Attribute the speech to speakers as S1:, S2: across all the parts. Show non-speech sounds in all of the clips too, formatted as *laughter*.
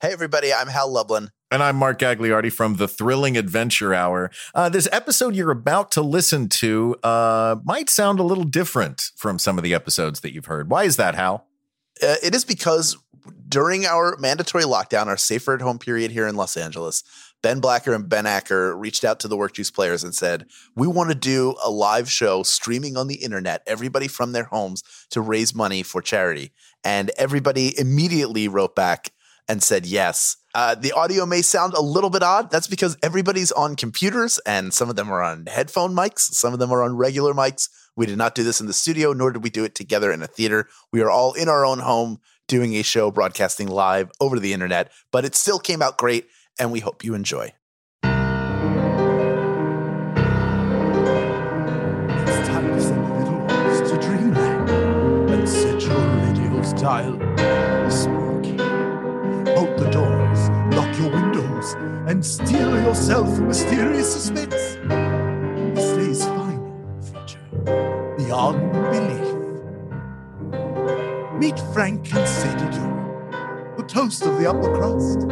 S1: Hey, everybody, I'm Hal Lublin.
S2: And I'm Mark Gagliardi from the Thrilling Adventure Hour. Uh, this episode you're about to listen to uh, might sound a little different from some of the episodes that you've heard. Why is that, Hal?
S1: Uh, it is because during our mandatory lockdown, our safer at home period here in Los Angeles, Ben Blacker and Ben Acker reached out to the Work Juice players and said, We want to do a live show streaming on the internet, everybody from their homes to raise money for charity. And everybody immediately wrote back and said yes. Uh, the audio may sound a little bit odd. That's because everybody's on computers and some of them are on headphone mics, some of them are on regular mics. We did not do this in the studio, nor did we do it together in a theater. We are all in our own home doing a show broadcasting live over the internet, but it still came out great, and we hope you enjoy.
S3: It's time to send the little ones to dreamland and set your radio style. Spooky. Bolt the doors, lock your windows, and steal yourself from mysterious suspense. This day's final feature, Beyond Belief. Meet Frank and Sadie Doo, the toast of the upper crust,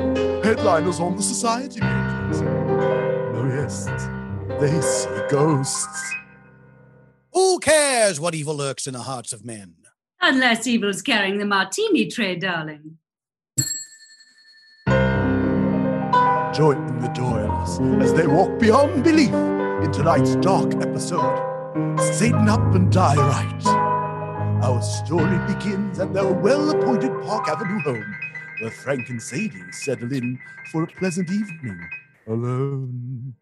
S3: headliners on the society pages. No, yes, they see ghosts.
S4: Who cares what evil lurks in the hearts of men?
S5: Unless evil's carrying the martini tray, darling.
S3: join the Doyles as they walk beyond belief in tonight's dark episode. Satan up and die right. Our story begins at their well-appointed Park Avenue home, where Frank and Sadie settle in for a pleasant evening alone.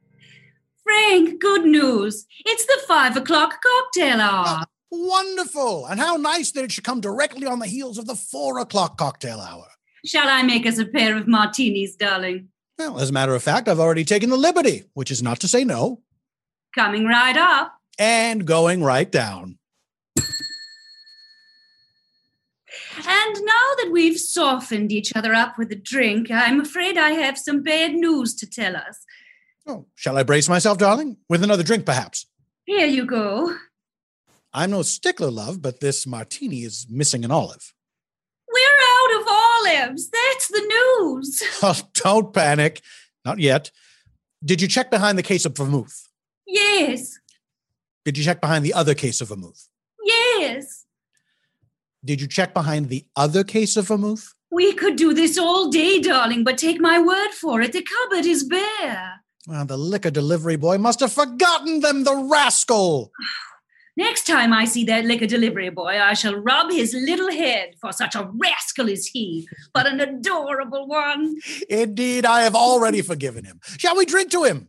S5: Frank, good news. It's the five o'clock cocktail hour.
S4: Ah, Wonderful! And how nice that it should come directly on the heels of the four o'clock cocktail hour.
S5: Shall I make us a pair of martinis, darling?
S4: Well, as a matter of fact, I've already taken the liberty, which is not to say no,
S5: Coming right up.
S4: and going right down.
S5: And now that we've softened each other up with a drink, I'm afraid I have some bad news to tell us.
S4: Oh, shall I brace myself, darling? With another drink, perhaps.
S5: Here you go.
S4: I'm no stickler, love, but this martini is missing an olive. *laughs*
S5: We're out of olives. That's the news.
S4: Oh, don't panic. Not yet. Did you check behind the case of vermouth?
S5: Yes,
S4: Did you check behind the other case of vermouth?
S5: yes.
S4: Did you check behind the other case of vermouth?
S5: We could do this all day, darling, but take my word for it, the cupboard is bare.
S4: Well, the liquor delivery boy must have forgotten them, the rascal.
S5: Next time I see that liquor delivery boy, I shall rub his little head, for such a rascal is he, but an adorable one.
S4: Indeed, I have already forgiven him. Shall we drink to him?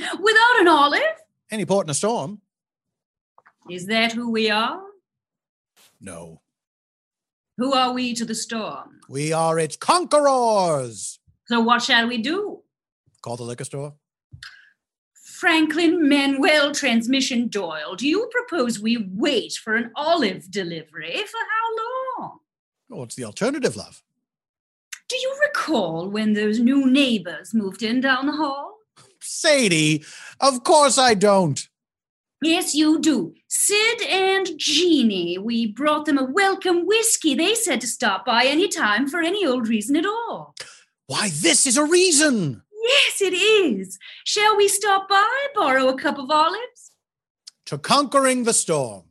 S5: Without an olive?
S4: Any port in a storm?
S5: Is that who we are?
S4: No.
S5: Who are we to the storm?
S4: We are its conquerors.
S5: So what shall we do?
S4: Call the liquor store.
S5: Franklin Manuel Transmission Doyle, do you propose we wait for an olive delivery? For how long?
S4: Oh, it's the alternative, love.
S5: Do you recall when those new neighbors moved in down the hall?
S4: Sadie, of course I don't.
S5: Yes, you do. Sid and Jeannie, we brought them a welcome whiskey. They said to stop by any time for any old reason at all.
S4: Why, this is a reason.
S5: Yes, it is. Shall we stop by, borrow a cup of olives?
S4: To conquering the storm.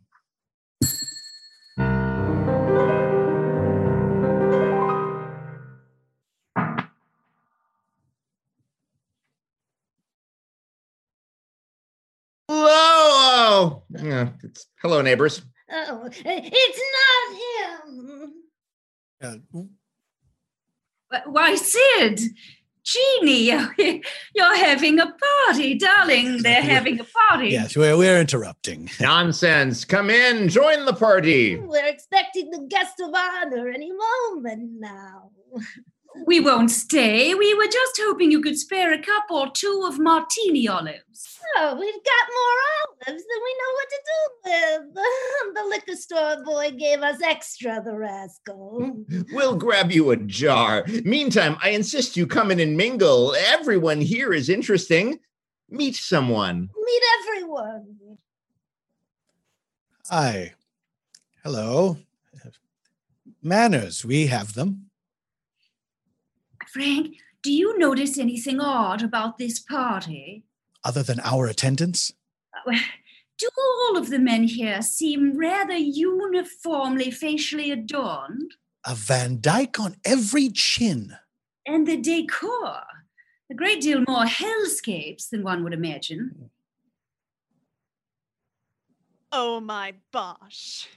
S6: Hello. Yeah, it's, hello, neighbors.
S7: Oh, it's not him.
S4: Uh,
S5: Wh- Why, Sid, Jeannie, *laughs* you're having a party, darling.
S4: *laughs*
S5: They're having a party.
S4: yes, we're, we're interrupting. *laughs*
S6: Nonsense. Come in. Join the party.
S7: We're expecting the guest of honor any moment now.
S5: We won't stay. We were just hoping you could spare a cup or two of martini olives.
S7: Oh, we've got more olives than we know what to do with. *laughs* the liquor store boy gave us extra, the rascal.
S6: We'll grab you a jar. Meantime, I insist you come in and mingle. Everyone here is interesting. Meet someone.
S7: Meet everyone.
S4: Hi. Hello. Manners, we have them.
S5: Frank, do you notice anything odd about this party?
S4: Other than our attendance,
S5: Do all of the men here seem rather uniformly facially adorned?
S4: a Van Dyke on every chin.
S5: And the decor, a great deal more hellscapes than one would imagine.
S8: Oh my bosh.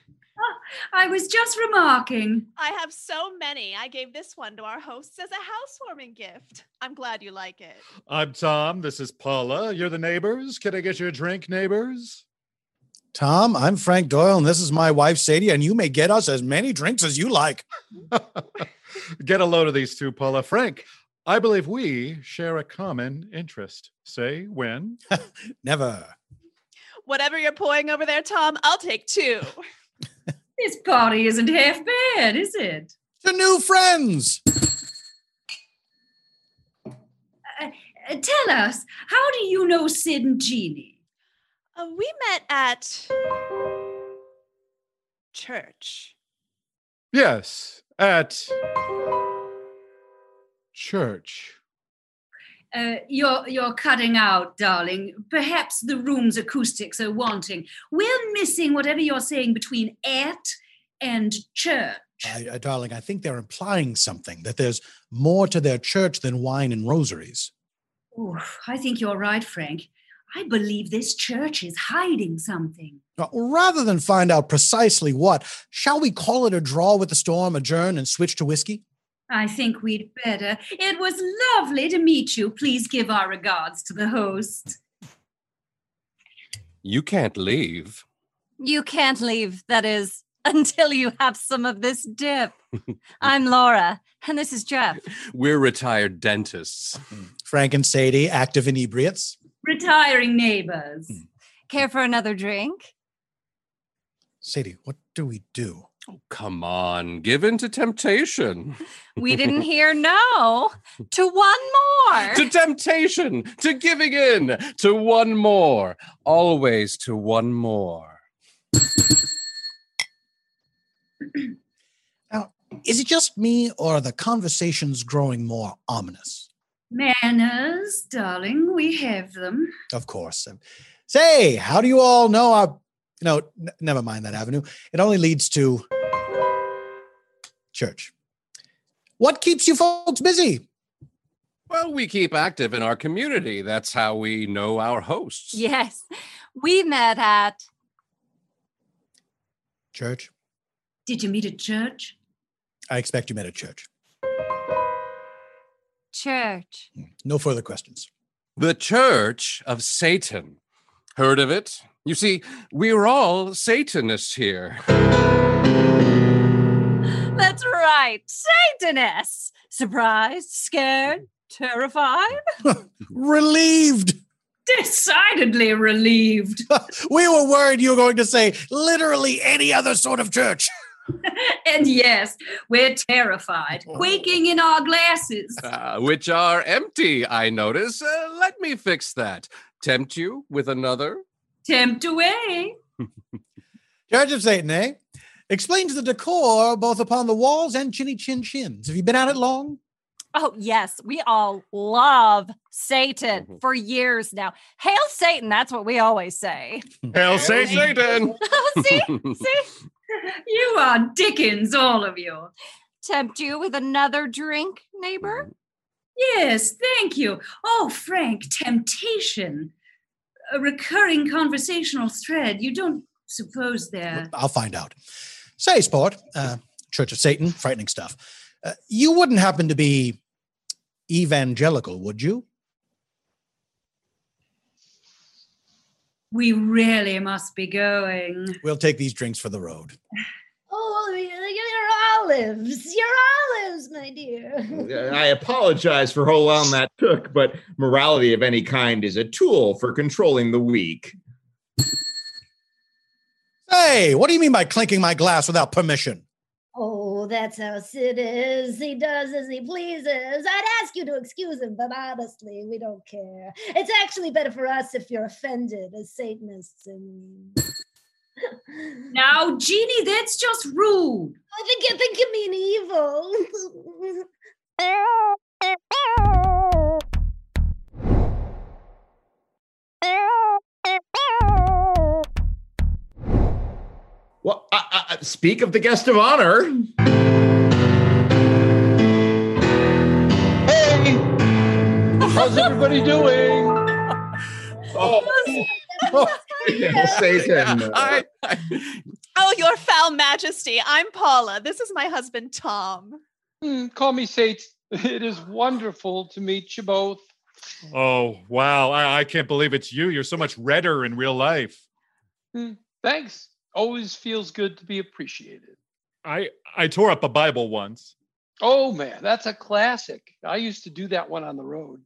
S5: I was just remarking.
S8: I have so many. I gave this one to our hosts as a housewarming gift. I'm glad you like it.
S9: I'm Tom. This is Paula. You're the neighbors. Can I get you a drink, neighbors?
S4: Tom, I'm Frank Doyle, and this is my wife, Sadie, and you may get us as many drinks as you like.
S9: Get a load of these two, Paula. Frank, I believe we share a common interest. Say when?
S4: Never.
S8: Whatever you're pouring over there, Tom, I'll take two.
S5: *laughs* This party isn't half bad, is it?
S4: To new friends!
S5: Uh, tell us, how do you know Sid and Jeannie?
S8: Uh, we met at church.
S9: Yes, at church.
S5: Uh, you're, you're cutting out, darling. Perhaps the room's acoustics are wanting. We're missing whatever you're saying between at and church.
S4: I, I, darling, I think they're implying something that there's more to their church than wine and rosaries.
S5: Oof, I think you're right, Frank. I believe this church is hiding something.
S4: Now, Rather than find out precisely what, shall we call it a draw with the storm, adjourn, and switch to whiskey?
S5: I think we'd better. It was lovely to meet you. Please give our regards to the host.
S10: You can't leave.
S11: You can't leave, that is, *laughs* until you have some of this dip. I'm Laura, and this is Jeff.
S10: We're retired dentists.
S4: Frank and Sadie, active inebriates.
S5: Retiring neighbors.
S11: Hmm. Care for another drink?
S4: Sadie, what do we do?
S10: Oh, Come on, give in to temptation.
S5: *laughs*
S11: We didn't hear no to one more.
S10: to temptation, to giving in, to one more, always to one more.
S4: Is it just me, or are the conversations growing more ominous?
S5: Manners, darling, we have them. *laughs*
S4: Of course. Um, Say, how do you all know? I, no, n- never mind that avenue. It only leads to church. What keeps you folks busy?
S10: Well, we keep active in our community. That's how we know our hosts.
S11: Yes, we met at
S4: Church.
S5: Did you meet at church?
S4: I expect you met at church.
S11: church.
S4: No further questions.
S10: The Church of Satan. Heard of it? You see, we're all Satanists here.
S11: That's right, Satanists. Surprised, scared,
S5: *laughs*
S11: terrified.
S4: Relieved.
S5: Decidedly relieved.
S4: *laughs* We were worried you were going to say literally any other sort of church.
S5: and yes, we're terrified, quaking in our glasses.
S10: Uh, which are empty, I notice. Uh, let me fix that. Tempt you with another?
S5: Tempt away.
S4: Judge of Satan, eh? Explains the decor both upon the walls and chinny chin chins. Have you been at it long?
S11: Oh, yes. We all love Satan
S5: Mm-hmm.
S11: for years now. Hail Satan. That's what we always say.
S9: Hail Satan.
S12: *laughs*
S11: Oh,
S10: *laughs*
S11: see? See?
S5: You are Dickens, all of you.
S11: Tempt you with another drink, neighbor?
S5: Yes, thank you. Oh, Frank, temptation. A recurring conversational thread. You don't suppose there.
S4: I'll find out. Say, sport, uh, Church of Satan, frightening stuff. Uh, you wouldn't happen to be evangelical, would you?
S5: We really must be going.
S4: We'll take these drinks for the road.
S7: Oh, your olives, your olives, my dear.
S6: I apologize for how long that took, but morality of any kind is a tool for controlling the weak.
S4: Hey, what do you mean by clinking my glass without permission?
S7: Oh, that's how Sid is. He does as he pleases. I'd ask you to excuse him, but honestly, we don't care. It's actually better for us if you're offended as Satanists. And
S5: Now, Jeannie, that's just rude.
S7: I think you think you mean evil. *laughs*
S6: Well, I, I, I- speak of the guest of honor.
S12: Hey, how's everybody
S9: *laughs*
S12: doing?
S6: Oh,
S8: *laughs*
S6: Satan.
S12: I-
S8: Oh, your foul majesty. I'm Paula. This is my husband, Tom.
S12: Hmm, call me Sate. *laughs* It is wonderful to meet you both.
S9: Oh, wow. I, I can't believe it's you. You're so much redder in real life.
S12: Hmm, Thanks. Always feels good to be appreciated.
S9: I, I tore up a Bible once.
S12: Oh man, that's a classic. I used to do that one on
S9: *laughs*
S12: the road.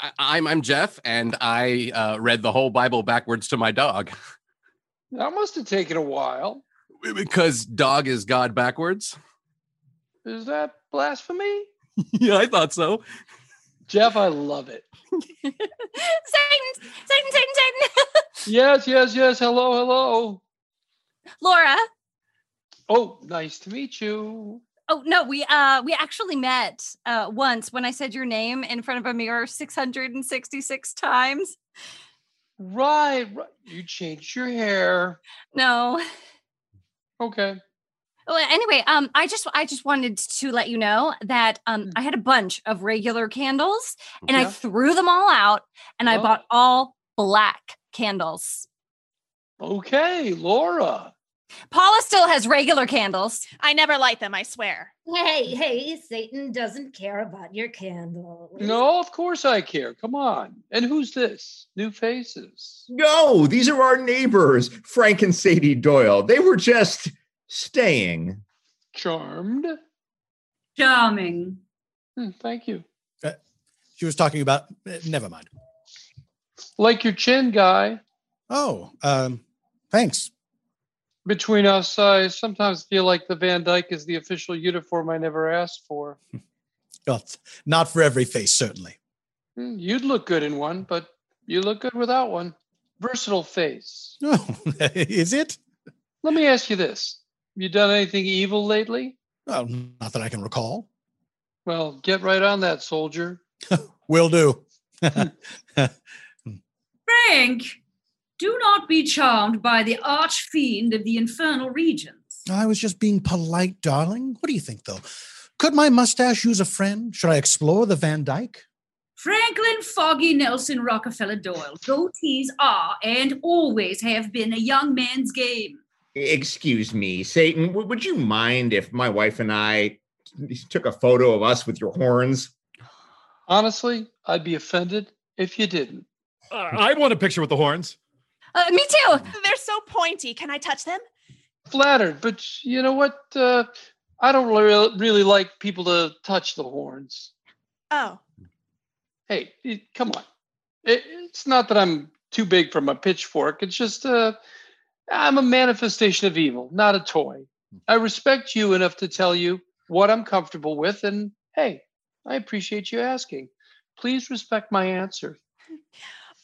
S10: I, I'm I'm Jeff, and I uh, read the whole Bible backwards to my dog
S12: That must have taken a while.
S10: because dog is God backwards.
S12: Is that blasphemy?
S10: *laughs* yeah, I thought so.
S12: Jeff, I love it.
S11: *laughs* Satan, Satan, Satan, Satan. *laughs*
S12: Yes, yes, yes. Hello, hello.
S11: Laura.
S12: Oh, nice to meet you.
S11: Oh no, we uh we actually met uh once when I said your name in front of a mirror 666 times.
S12: Right, right. You changed your hair.
S11: No.
S12: Okay.
S11: Well, anyway, um, I just I just wanted to let you know that um I had a bunch of regular candles and I
S12: Hmm. Yeah.
S11: threw them all out and I
S12: Oh.
S11: bought all black candles.
S12: Okay, Laura.
S11: Paula still has regular candles.
S8: I never light them, I swear.
S7: hey, hey, Satan doesn't care about your candle.
S12: No, of course I care. Come on. And who's this? New faces.
S6: No, these are our neighbors, Frank and Sadie Doyle. They were just staying.
S12: Charmed.
S5: Charming.
S12: Hmm, thank you.
S4: She was talking about, eh, never mind.
S12: Like your chin guy.
S4: Oh, um, thanks.
S12: Between us, I sometimes feel like the Van Dyke is the official uniform I never asked for.
S4: Well, it's not for every face, certainly. *laughs*
S12: Hmm, You'd look good in one, but you look good without one. Versatile face.
S4: Oh, is it?
S12: Let me ask you this. You done anything evil lately?
S4: Well, not that I can recall.
S12: Well, get right on that, soldier.
S4: Will do. *laughs*
S5: Frank, do not be charmed by the arch fiend of the infernal regions.
S4: I was just being polite, darling. What do you think, though? Could my mustache use a friend? Should I explore the Van Dyke?
S5: Franklin Foggy Nelson Rockefeller Doyle. Goatees are and always have been a young man's game.
S6: Excuse me, Satan. W- would you mind if my wife and I t- took a photo of us with your horns?
S12: Honestly, I'd be offended if you didn't.
S9: I, I want a picture with the horns.
S11: Uh, me too.
S8: They're so pointy. Can I touch them?
S12: Flattered, but you know what? Uh, I don't really, really like people to touch the horns.
S8: Oh,
S12: Hey, it- come on. It, it's not that I'm too big for my pitchfork. It's just uh, I'm a manifestation of evil, not a toy. I respect you enough to tell you what I'm comfortable with, and hey, I appreciate you asking. Please respect my answer.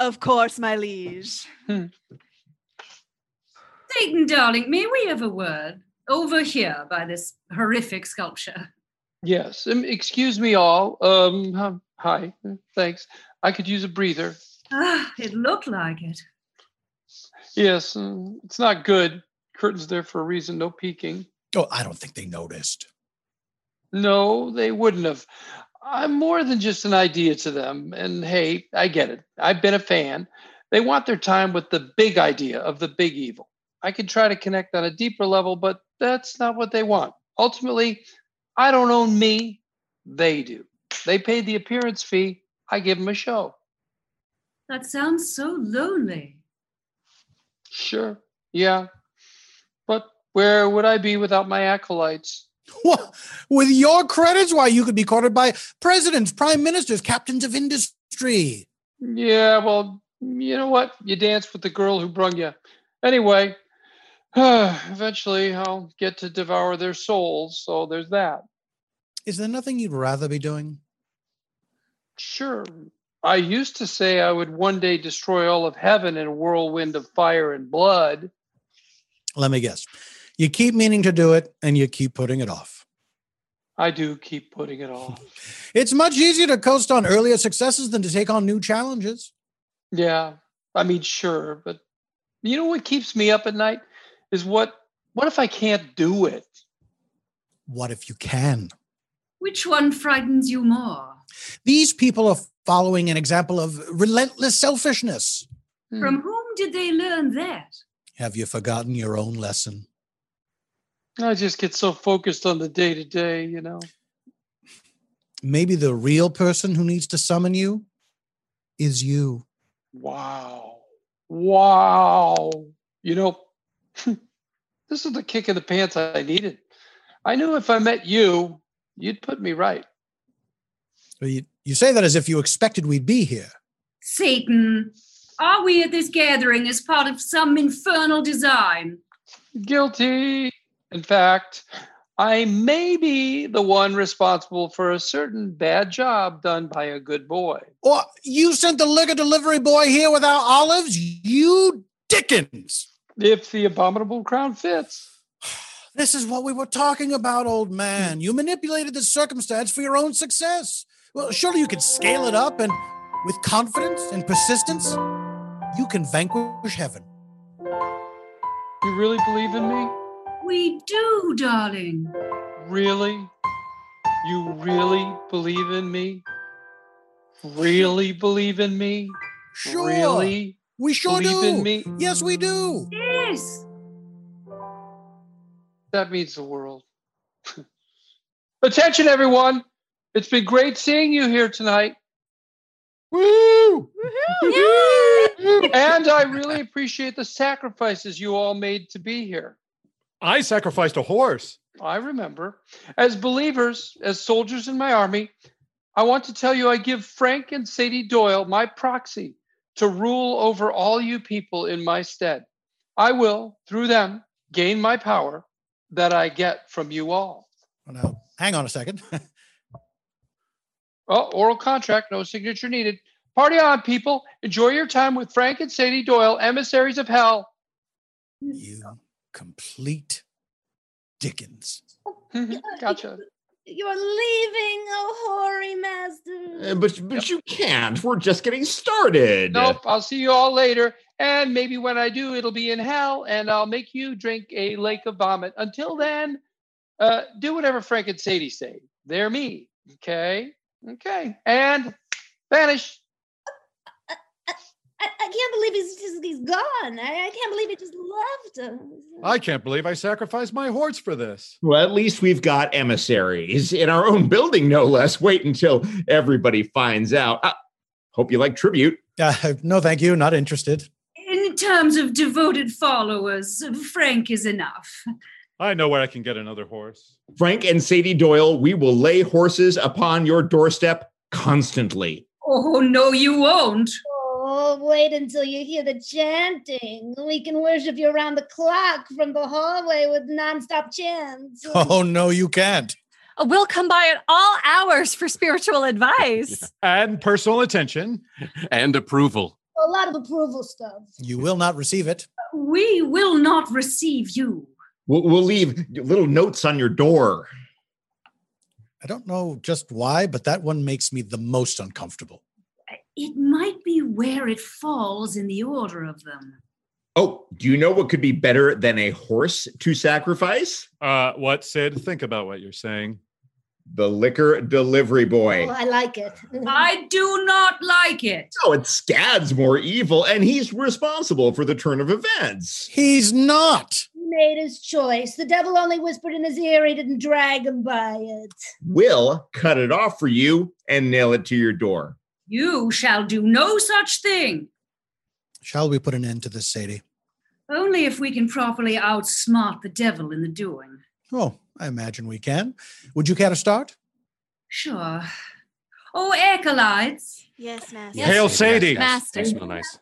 S8: of course, my liege.
S5: Satan, darling, may we have a word? Over here by this horrific sculpture.
S12: Yes. Um, excuse me, all. Um, hum, hi. Thanks. I could use a breather.
S5: Ah, it looked like it.
S12: Yes, mm, it's not good. Curtain's there for a reason. No peeking.
S4: Oh, I don't think they noticed.
S12: No, they wouldn't have. I'm more than just an idea to them. And hey, I get it. I've been a fan. They want their time with the big idea of the big evil. I could try to connect on a deeper level, but that's not what they want. Ultimately, I don't own me. They do. They paid the appearance fee. I give them a show.
S5: That sounds so lonely.
S12: Sure. Yeah. But where would I be without my acolytes?
S4: What? With your credits, why you could be courted by presidents, prime ministers, captains of industry. *sighs*
S12: Yeah, well, you know what? You dance with the girl who brung you. Anyway, eventually I'll get to devour their souls, so there's that.
S4: Is there nothing you'd rather be doing?
S12: Sure. I used to say I would one day destroy all of heaven in a whirlwind of fire and blood.
S4: Let me guess. You keep meaning to do it and you keep putting it off.
S12: I do keep putting it off.
S4: It's much easier to coast on earlier successes than to take on new challenges.
S12: Yeah. I mean, sure, but you know what keeps me up at night is what what if I can't do it?
S4: What if you can?
S5: Which one frightens you more?
S4: These people are following an example of relentless selfishness.
S12: Hmm.
S5: From whom did they learn that?
S4: Have you forgotten your own lesson?
S12: I just get so focused on the day to day, you know.
S4: Maybe the real person who needs to summon you is you.
S12: Wow. Wow. You know, *laughs* this is the kick in the pants I needed. I knew if I met you, you'd put me right.
S4: Well, you, you say that as if you expected we'd be here.
S5: Satan, are we at this gathering as part of some infernal design?
S12: Guilty. In fact, I may be the one responsible for a certain bad job done by a good boy.
S4: Or you sent the liquor delivery boy here without olives? You Dickens!
S12: If the abominable crown fits.
S4: This is what we were talking about, old man. You manipulated the circumstance for your own success. Well, surely you can scale it up and with confidence and persistence, you can vanquish heaven.
S12: You really believe in me?
S5: We do, darling.
S12: Really? You really believe in me? Really believe in me?
S4: Sure.
S12: Really?
S4: We sure
S12: Believe
S4: do.
S12: in me?
S4: Yes, we do.
S5: Yes.
S12: That means the world. *laughs* Attention, everyone. It's been great seeing you here tonight.
S9: Woo!
S12: and I really appreciate the sacrifices you all made to be here.
S9: I sacrificed a horse.
S12: I remember. As believers, as soldiers in my army, I want to tell you I give Frank and Sadie Doyle my proxy to rule over all you people in my stead. I will, through them, gain my power that I get from you all.
S4: Well, now, hang on a second. *laughs*
S12: Oh, oral contract, no signature needed. Party on, people. Enjoy your time with Frank and Sadie Doyle, emissaries of hell. *laughs*
S4: you complete Dickens.
S12: Gotcha.
S7: You're leaving, oh hoary master.
S6: Uh, But but you can't. We're just getting started.
S12: Nope, I'll see you all later. And maybe when I do, it'll be in hell, and I'll make you drink a lake of vomit. Until then, uh, do whatever Frank and Sadie say. They're me. Okay. Okay. And vanish.
S7: I, I can't believe he's just he's gone. I, I can't believe he just left. us.
S9: I can't believe I sacrificed my horse for this.
S6: Well, at least we've got emissaries in our own building, no less. Wait until everybody finds out. Ah, hope you like tribute.
S4: Uh, no, thank you. Not interested.
S5: In terms of devoted followers, Frank is enough.
S9: I know where I can get another horse.
S6: Frank and Sadie Doyle, we will lay horses upon your doorstep constantly.
S5: Oh, no, you won't.
S7: Oh, wait until you hear the chanting. We can worship you around the clock from the hallway with nonstop chants.
S4: Oh, no, you can't.
S11: Uh, We'll come by at all hours for
S12: *laughs*
S11: spiritual advice.
S9: And personal attention.
S10: and approval.
S7: A lot of approval stuff.
S4: You will not receive it.
S5: We will not receive you.
S6: We'll, we'll leave little notes on your door.
S4: I don't know just why, but that one makes me the most uncomfortable.
S5: It might be where it falls in the order of them.
S6: Oh, do you know what could be better than a horse to sacrifice?
S9: Uh, what, Sid? Think about what you're saying.
S6: The liquor delivery boy.
S7: Oh, I like it. *laughs*
S5: I do not like it.
S6: No, it's Oh, Scad's more evil, and he's responsible for the turn of events.
S4: He's not.
S7: He made his choice. The devil only whispered in his ear. He didn't drag him by it.
S6: Will cut it off for you and nail it to your door.
S5: You shall do no such thing.
S4: Shall we put *laughs* an end to this, Sadie?
S5: Only if we can properly outsmart the devil in the doing.
S4: Oh, I imagine we can. Would you care to start?
S5: Sure. Oh, acolytes.
S13: Yes, Master.
S9: Yes. Hail Sadie.
S13: Master.
S10: Nice, nice.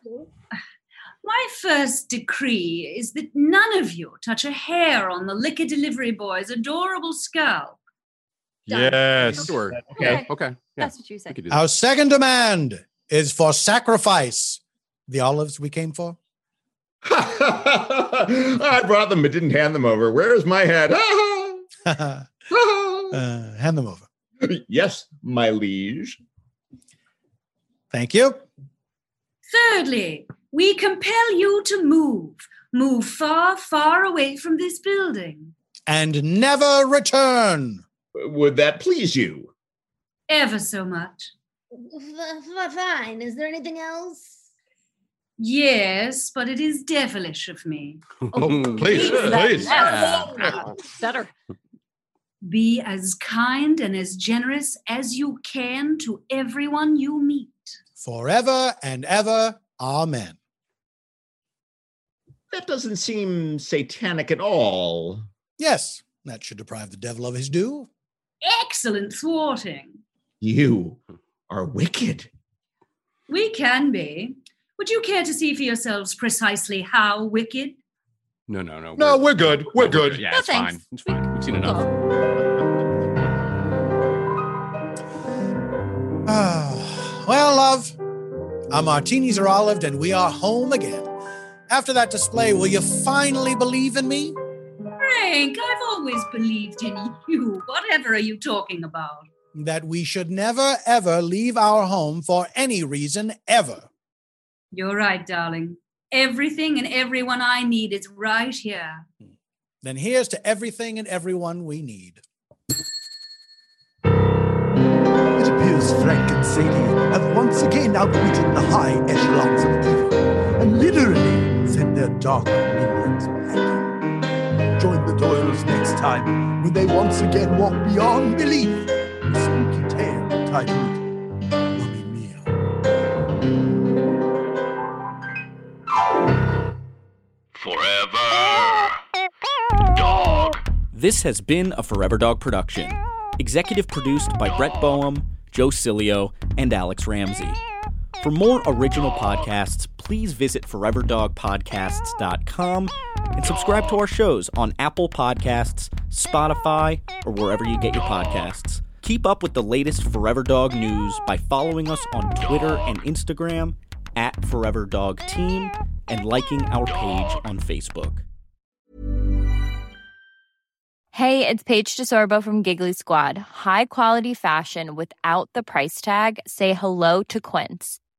S5: My first decree is that none of you touch a hair on the liquor delivery boy's adorable skull.
S9: Yes.
S10: Sure.
S11: Okay.
S10: Okay. Okay.
S11: That's what you said.
S10: We could do
S4: Our second demand is for sacrifice. The olives we came for?
S6: *laughs* I brought them but didn't hand them over. Where's my *laughs* head?
S4: *laughs* uh, hand them over.
S6: yes, my liege.
S4: Thank you.
S5: Thirdly, we compel you to move. Move far, far away from this building.
S4: And never return.
S6: Would that please you?
S5: Ever so much.
S7: F- f- fine. Is there anything else?
S5: Yes, but it is devilish of
S9: *laughs*
S5: me.
S9: Oh, please, please.
S11: Better.
S5: Be as kind and as generous as you can to everyone you meet.
S4: Forever and ever. Amen.
S6: That doesn't seem satanic at all.
S4: Yes, that should deprive the devil of his due.
S5: Excellent thwarting.
S6: You are wicked.
S5: We can be. Would you care to see for yourselves precisely how wicked?
S10: No, no, no.
S9: No, we're good. We're good.
S10: Yeah,
S11: No,
S10: it's
S11: thanks.
S10: fine. It's fine. We've seen enough.
S4: Ah, well, love, our martinis are olived and we are home again. After that display, will you finally believe in me?
S5: Frank, I've always believed in you. Whatever are you talking about?
S4: That we should never, ever leave our home for any reason, ever.
S5: You're right, darling. Everything and everyone I need is right here.
S4: Then here's to everything and everyone we need.
S3: It appears Frank and Sadie have once again outwitted the high echelons of evil and literally sent their dark minions packing. Join the Doyles next time when they once again walk beyond belief in a spooky tale titled Mummy Meal.
S14: Forever. Dog.
S15: This has been a Forever Dog production. Executive produced by Brett Boehm, Joe Cilio, and Alex Ramsey. For more original podcasts, please visit foreverdogpodcasts.com and subscribe to our shows on Apple Podcasts, Spotify, or wherever you get your podcasts. Keep up with the latest Forever Dog news by following us on Twitter and Instagram at Forever Dog Team and liking our page on Facebook.
S16: Hey, it's Paige DeSorbo from Giggly Squad. High quality fashion without the price tag. Say hello to Quince.